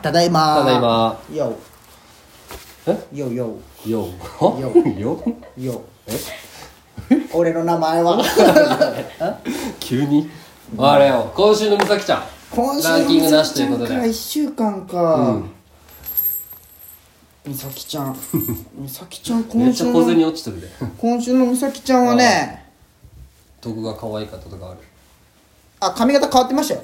ただいまただいまよえよよよよ よよえ 俺の名前は急にあれよ今週の美咲ちゃん今週 ランキングなしということで1週間かん美咲ちゃ ん美咲ちゃんめっ今ち週ゃ小銭の落ちてるで今週の美咲ちゃんはねどこが可愛かったとかあるあ髪型変わってましたよ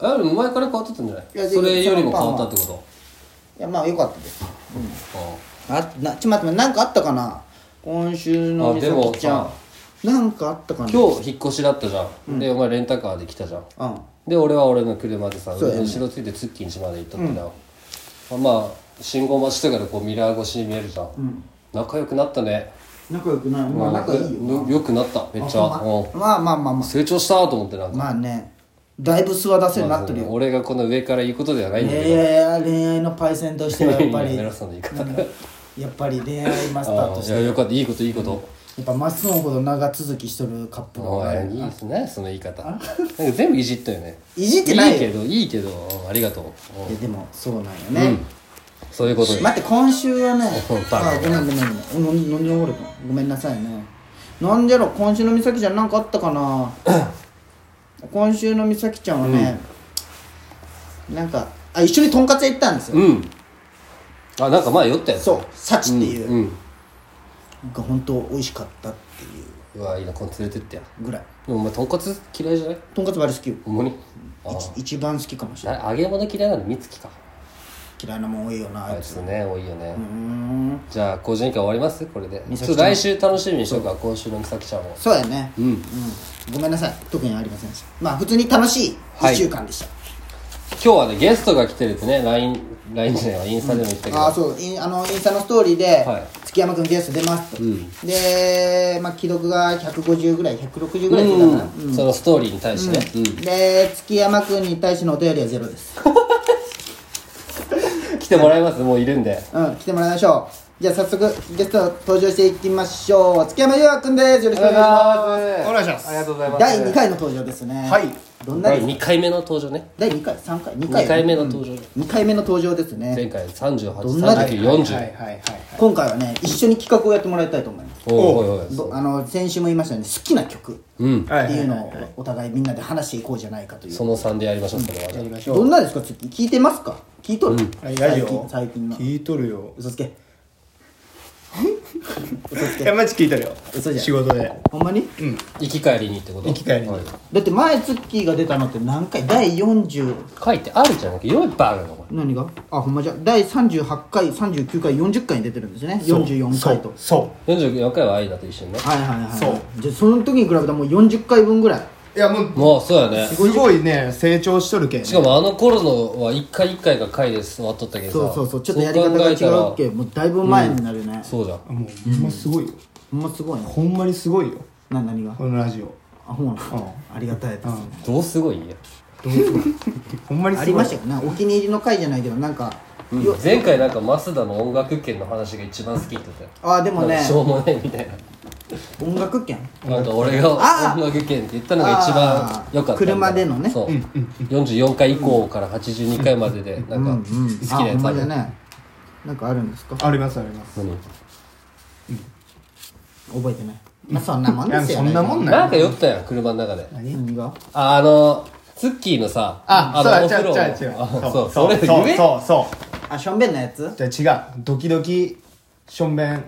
あでも前から変わっとったんじゃないいやでそれよりも変わそのっパたンはってこいやまあよかったですとああなちょっと待ってなんかあったかな今週のあ美でも咲ちゃさんなんかあったかな今日引っ越しだったじゃんでお前レンタカーで来たじゃんうんで俺は俺の車でさそうやね後ろついてツッキン島まで行ったんだよまあ信号待ちとかでこうミラー越しに見えるじゃん仲良くなったね仲良くないまあ仲いいよなよくなっためっちゃうんまあまあまあまあ成長したと思ってなんかまあねだいぶ素は出せるようになってるよ俺がこの上から言うことではないんだけどいやいやいや恋愛のパイセンとしてはやっぱりメロさんの言い方やっぱり恋愛マスターあとしいてやよかったいいこといいことやっぱマスオンほど長続きしとるカップルおはいいいですねその言い方なんか全部いじったよねいじってないよいけどいいけどうんありがとううんやでもそうなんようねんそういうことで待って今週はねそうだあごめんごめんごめん飲ん飲んでおるかごめんなさいねなんじゃろ今週の美咲ちゃんなんかあったか な今週の美咲ちゃんはねなんかあ一緒にとんかつ屋行ったんですようんあなんか前酔ったやつそうサチっていううんなんか本当美味しかったっていうわいいなこの連れてってやうぐらいでもお前とんかつ嫌いじゃないとんかつバリ好きよほんまにあ一一番好きかもしれないな揚げ物嫌いなの美月か嫌いなもん多いよなああいいつつね多いよねうーんじゃあ個人会終わりますこれで美ちょ咲っと来週楽しみにしようか今週の美咲ちゃんもそうやねうんうんごめんなさい特にありませんでしたまあ普通に楽しいはい1週間でした、今日はねゲストが来てるってね LINE LINE じゃないわインスタでも言ったけど、ああそうインあのインスタのストーリーではい「月山君ゲスト出ます」と、んで、まあ、既読が150ぐらい160ぐらいだったかな、うんそのストーリーに対してね、うんで月山君に対してのお便りはゼロです来てもらいますもういるんでうん来てもらいましょうじゃあ早速ゲスト登場していきましょう月山優く君ですよろしくお願いしますお願いしますありがとうございます第2回の登場ですねはいどんなで第すか2回目の登場ね第2回3回2回2回目の登場、 2回目の登場ですね前回38、どんな39、40、はいはいはい今回はね一緒に企画をやってもらいたいと思いますおいおいおいどあの先週も言いましたよね好きな曲ってうんはいいうのをお互いみんなで話していこうじゃないかというその3でやりましょうそれは、やりましょどうんなですか月聞いてますか聞いとるはいラ最ジオ近最近の聞いとるよ嘘つけいやマジ聞いとるよ嘘じゃん仕事でほんまに行き帰りにってこと行き帰りにはいだって前ツッキーが出たのって何回第40書いてあるじゃなくてよいっぱいあるのこ何があほんまじゃ第38回39回40回に出てるんですね44回とそれ44回は愛だと一緒にねはいはいはいそうじゃあその時に比べたらもう40回分ぐらいういやもうもうそうやねすごいね成長しとるけんしかもあの頃のは1回1回が回で終わっとったけどそさうそうそうちょっとやり方が違そうう考っえけもうだいぶ前になるねたら、そうじゃんもうほんますごいよほんますごいねほんまにすごいよな何がこのラジオあほんまなありがたいですねどうすごいよほんまにあすりごまいしたよねお気に入りの回じゃないけどなんかよ前回なんか増田の音楽圏の話が一番好きって言ってたよあでもねしょうもないみたい音楽圏ななんか俺があー音楽圏って言ったのが一番良かったんだあー車でのねそう44回以降から82回まででなんか好きあなほやんつあまるじゃねなんかあるんですかありますあります何覚えてないまあそんなもんいでやすよそんなもんななんいか酔ったやん車の中で何がああのツッキーのさあのそうお風呂違う違う違うあそうそそうれそう言えそうそうあしょんべんのやつじゃあ違うドキドキしょんべん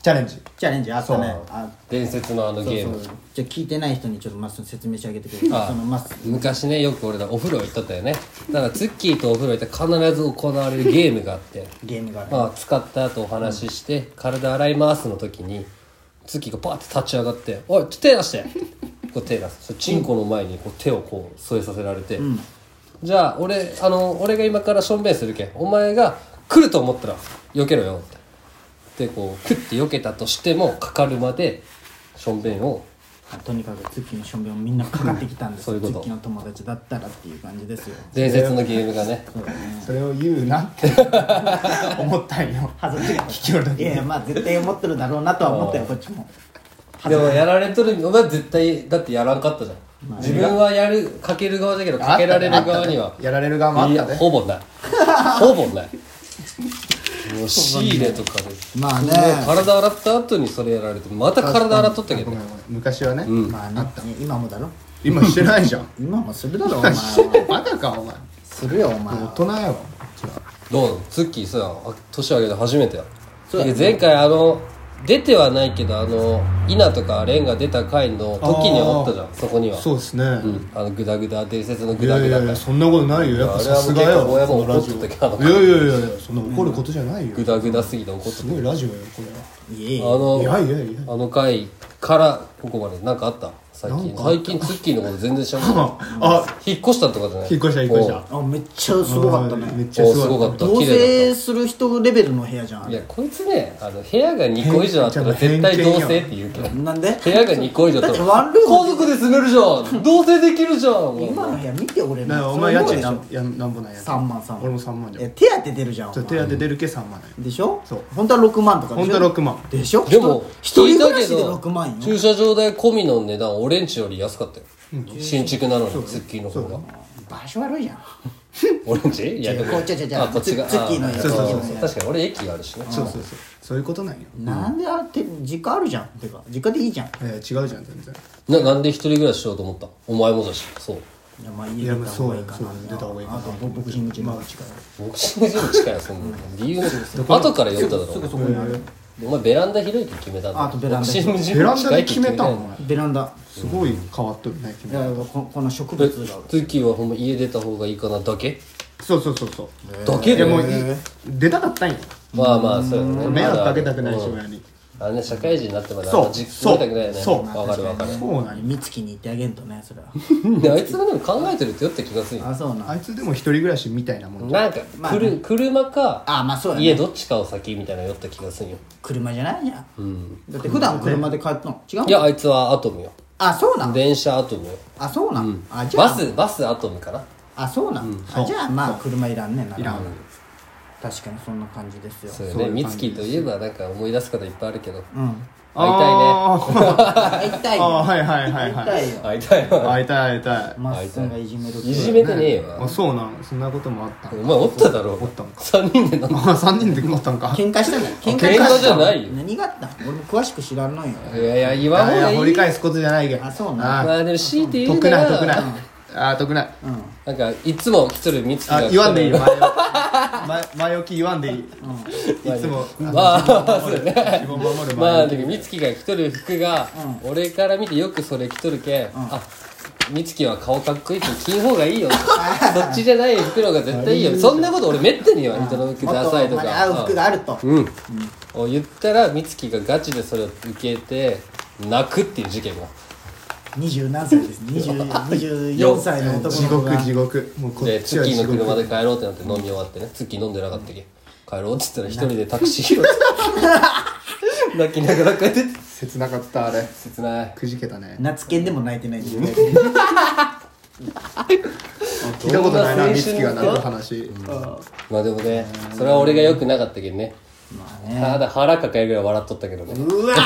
チャレンジチャレンジあったねあ伝説のあのそうゲーそムうじゃあ聞いてない人にちょっとまっすぐ説明してあげてくれあそのまっすぐ昔ねよく俺らお風呂行っとったよねだからツッキーとお風呂行って必ず行われるゲームがあってゲームがあるまあ使った後お話しして、体洗いますの時にツッキーがパーって立ち上がって「おいちょっと手出して」こう手出すそれチンコの前にこう手をこう添えさせられて、じゃあ俺あの俺が今からしょんべんするけんお前が来ると思ったら避けろよってでこうクッて避けたとしてもかかるまでしょんべんをあとにかくツッキーのしょんべんをみんなかかってきたんですそういうことツッキーの友達だったらっていう感じですよ伝説のゲームがねそうだねそれを言うなって 思ったんよ恥ずか聞きよるだいけやいやまあ絶対思ってるだろうなとは思ったよこっちもでもやられとるのが絶対だってやらんかったじゃん自分はやるかける側だけどかけられる側にはやられる側もあいっやたねほぼ ないほぼないもう仕入れとかでまあねもう体洗った後にそれやられてまた体洗っとったけどごめねんごめん昔はね、うんまあね今もだろ今してないじゃん今もするだろお前はバカかお前するよお前大は人やろどうなのツッキーさあ年上げて初めてやそうだね前回あの出てはないけどあの稲とかレンが出た回の時にはおったじゃんそこにはそうですね、うんあのグダグダ伝説のいグダやグいダやいや回そんなことないよやっぱさすがよいやあれはもう結構親も怒っいてやたけどいやいやいやそんな怒ることじゃないよグダグダすぎて怒っすてごいラジオよこいえいたあえのれはいやいやいやあの回からここまで何かあった最なん近か最近ツッキーのこと全然知 らないああ引っ越したとかじゃない引っ越した引っ越したあめっちゃすごかったあーめねっちゃすおすごごかかっったたた同綺麗だ棲する人レベルの部屋じゃいんやこいつねあの部屋が2個以上あったら絶対同棲って言 うけどなんで部屋が2個以上だとってワンルーム家族で住めるじゃん同棲できるじゃん今の部屋見て俺なのお前家賃ななんやなんぼなんや3万3万俺も3万じゃえん手当て出るじゃんおちょ前手当て出るけ3万なんやでしょそう本当は6万とかでしょ本当は6万でしょでも一人聞い一人た暮らけしでど6万よ駐車場代込みの値段俺んちより安かったよ新築なのにツッキーの方が場所悪いじゃん俺んちいや違うでもこっち違う違うあこっちがツッキーのやつあそうそツうッキーのそうやつ確かに俺駅あるしねそうそうそうそういうことなんよなんであって実家あるじゃんてか実家でいいじゃんえー違うじゃん全然ななんで一人暮らししようと思ったお前もだしそういやまあい家や出まあたそ方うがいやいかそうな出た方がいいかなあとボクシングジムまあ近いボクシングジム近いよそんな理由後から言っただすぐそろこにあるお前ベランダ広いって決めたんだあとベランダボクシングジムベランダ近いでって決めたいんお前ベランダすごい変わっとるねい君やここの植え物があるツッキーはほんま家出た方がいいかなだけそうそうそうそうだけいでやもうい出たかったんよまあまあそうやね迷惑かけたくないしまだ親にうんあのね社会人になってまであんそうま実家たくないよねそうわかるわかるそうなんよ美月に行ってあげんとねそれはであいつがでも考えてるってよって気がするよあそうなあんいつでも一人暮らしみたいなもんじゃなんんかまあくる車かあまあそうや家ねどっちかを先みたいなのよった気がするよ車じゃないじゃんだって普段車で帰ったの違ういやあいつはアトムよあそうなん電車アトムよあそうなんあじゃあバスバスアトムかなあそうなんあじゃあまあ車いらんねんないらん確かにそんな感じですよそうよそういねう感美じ月といえばなんか思い出す方いっぱいあるけどうん会いたあー会いたいあーよはいはいは会いいはたいいよいね会いたいわ会いたい会いたいマッスンがいじめるいじめてねえよあそうなんそんなこともあったお前おっただろおったんか3人で飲むあ3人で困ったんか喧嘩したんだよ喧喧嘩じゃないよ何があったん俺も詳しく知らんのよいやいや言わんあいほうがやいい掘り返すことじゃないけどあそうなんまああでも強いて言う得なないら得ないあー得ないうんなんかいつも来とる美月あが言わんでいいよ前置き前前置き言わんでいいいつもまあそうね自分を守るまあ前だ置けきど美月が着とる服が、俺から見てよくそれ着とるけ、あ美月は顔かっこいいって着ん方がいいよそっちじゃない服の方が絶対いいよそんなこと俺めったに言わん人の服もっダサいとお前に合うか服があるとうん、を言ったら美月がガチでそれを受けて泣くっていう事件が二十何歳です二十 四歳の男地の子が獄地獄もうこでっちは月地の車で獄帰ろうってなって飲み終わってね月飲んでなかったっけ帰ろうっつったら一人でタクシー拾って 泣きながら帰ってって切なかったあれ切ないくじけたね夏犬でも泣いてないんだよ聞いたどことないんなな青春美月が泣く話まあでもねそれは俺が良くなかったけどねまあねただ腹抱えるぐらい笑っとったけどねうわ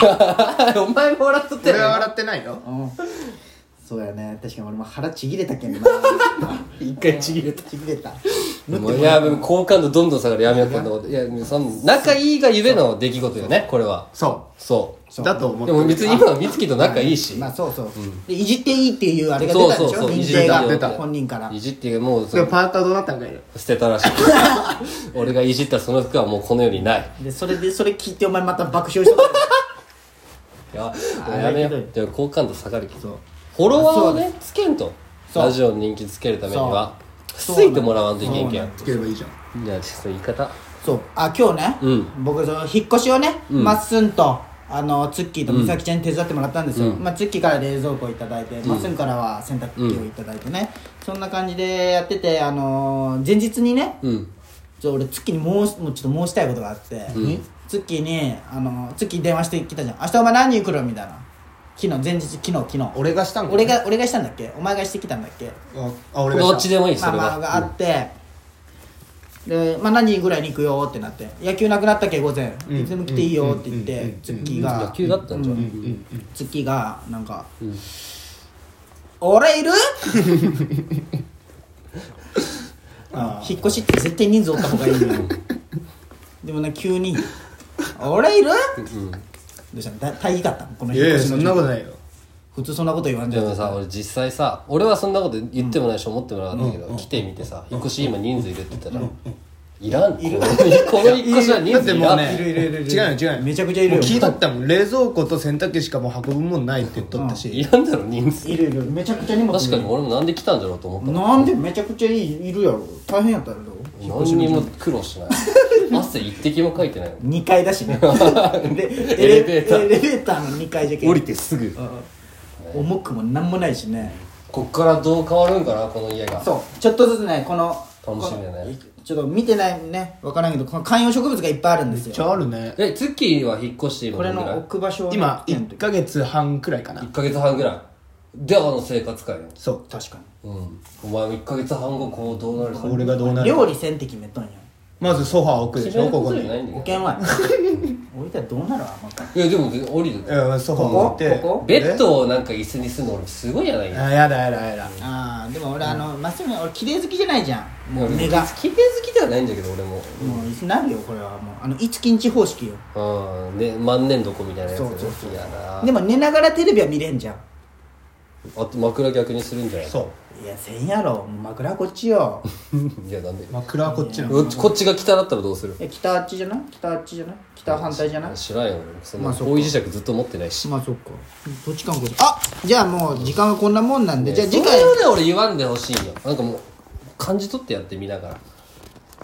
お前も笑っとった俺はよね笑ってないよそうやね確かに俺も腹ちぎれたけんな 一回ちぎれたちぎれたもういやもう好感度どんどん下がるやめようこんなこといやその仲いいがゆえの出来事よねこれはそそうだとうで思ってもる別に今は美月と仲いいしまあそうそうでいじっていいっていうあれが出たでしょ認定いじっていいよが本人からいじってもうそでものパーカーどうなったんかいよ捨てたらしい 俺がいじったその服はもうこの世にないでそれでそれ聞いてお前また爆笑したからいやもうやめよあれひうどいでも好感度下がるけどフォロワーをねつけんとそうラジオの人気つけるためにはつそういてもらわんといけんけんつければいいじゃんいやちょっと言い方そうあ今日ね、う僕その引っ越しをね、んまっすんとあのツッキーと美咲ちゃんに手伝ってもらったんですよ、まあ、ツッキーから冷蔵庫いただいて、まっすんからは洗濯機をいただいてね、そんな感じでやってて、あのー前日にねうんちょ俺ツッキーにもうもうちょっと申したいことがあって、ツッキーに、あのーツッキーに電話してきたじゃん明日お前何人来るみたいな昨日前日昨日昨日俺がしたんか俺が俺がしたんだっけお前がしてきたんだっけああ俺がどっちでもいいそまあれまあがあはって、で、まあ、何人ぐらいに行くよってなって野球なくなったっけ午前、うんいつでも来ていいよって言って、うんうんツッキー野が、球だったんじゃうんんツッキーがなんか、ん俺 いるあ引っ越しって絶対人数おった方がいいよでもな急に「俺いる?」どうしたのだ大義かったのこのあい引っやいや越しそのんなことないよ普通そんなこと言わんじでゃもんさ俺実際さ俺はそんなこと言ってもないし思ってもなかったけど、来てみてさ引っ越し今人数いるって言ったら、いらんいるこの引っ越しは人だっ数ていもら、うんねいるいるいるいる違うよ違うよめちゃくちゃいるよもう聞いとったもん冷蔵庫と洗濯機しかもう運ぶもんないって言っとったし、いらんだろ人数いるいるめちゃくちゃ荷物確かに俺もなんで来たんだろうと思ったのなんでめちゃくちゃいいるやろ大変やったやろ何にも苦労しない汗一滴もかいてない2階だし ねでエレベーターエレベーターの2階じゃけんすぐうん重くもなんもないしねこっからどう変わるんかなこの家がそうちょっとずつねこの楽しみだねこのちょっと見てないねわからんけどこの観葉植物がいっぱいあるんですめっちゃよあるねえツッキーは引っ越して今これの1置く場所をね今見てんと1ヶ月半くらいかなヶ月半ぐらいであの生活かよそう確かうんお前も1ヶ月半後こうどうなるか俺がどうなにる料理せんって決めとんよまずソファー置くで決しめょるここことにじゃないんだ保け険 は置いたらどうなるわまたどいやでも降りるうんソファー置いてここベッドをなんか椅子にするの俺すごいやないあややだやだやだああでも俺あのまっすぐ俺綺麗好きじゃないじゃんもう目目がが綺麗好きではないんだけど俺ももうなるよこれはもうあの一禁地方式ようんね万年床みたいなやつそうそうそう嫌なでも寝ながらテレビは見れんじゃんあと枕逆にするんじゃないそいやせんやろもう枕はこっちよいやなんでう枕はこっちなのこっちこっちが北だったらどうするえ北あっちじゃない北あっちじゃない北反対じゃない知らんよ俺そんまなあそっか方位磁石ずっと持ってないしまあそっかどっちかんこっちあじゃあもう時間はこんなもんなんで、ねじゃあ次そ回れをね俺言わんでほしいよなんかもう感じ取ってやってみながら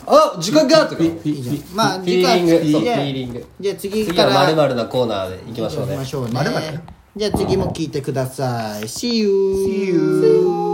あ時間がとかもフィいいじゃんまあー次リ回ングそうフィじゃあーリングじゃあ次次かはらまるまるなコーナーでいきましょう行きねましょうねまるまるじゃあ次も聞いてください See you! See you!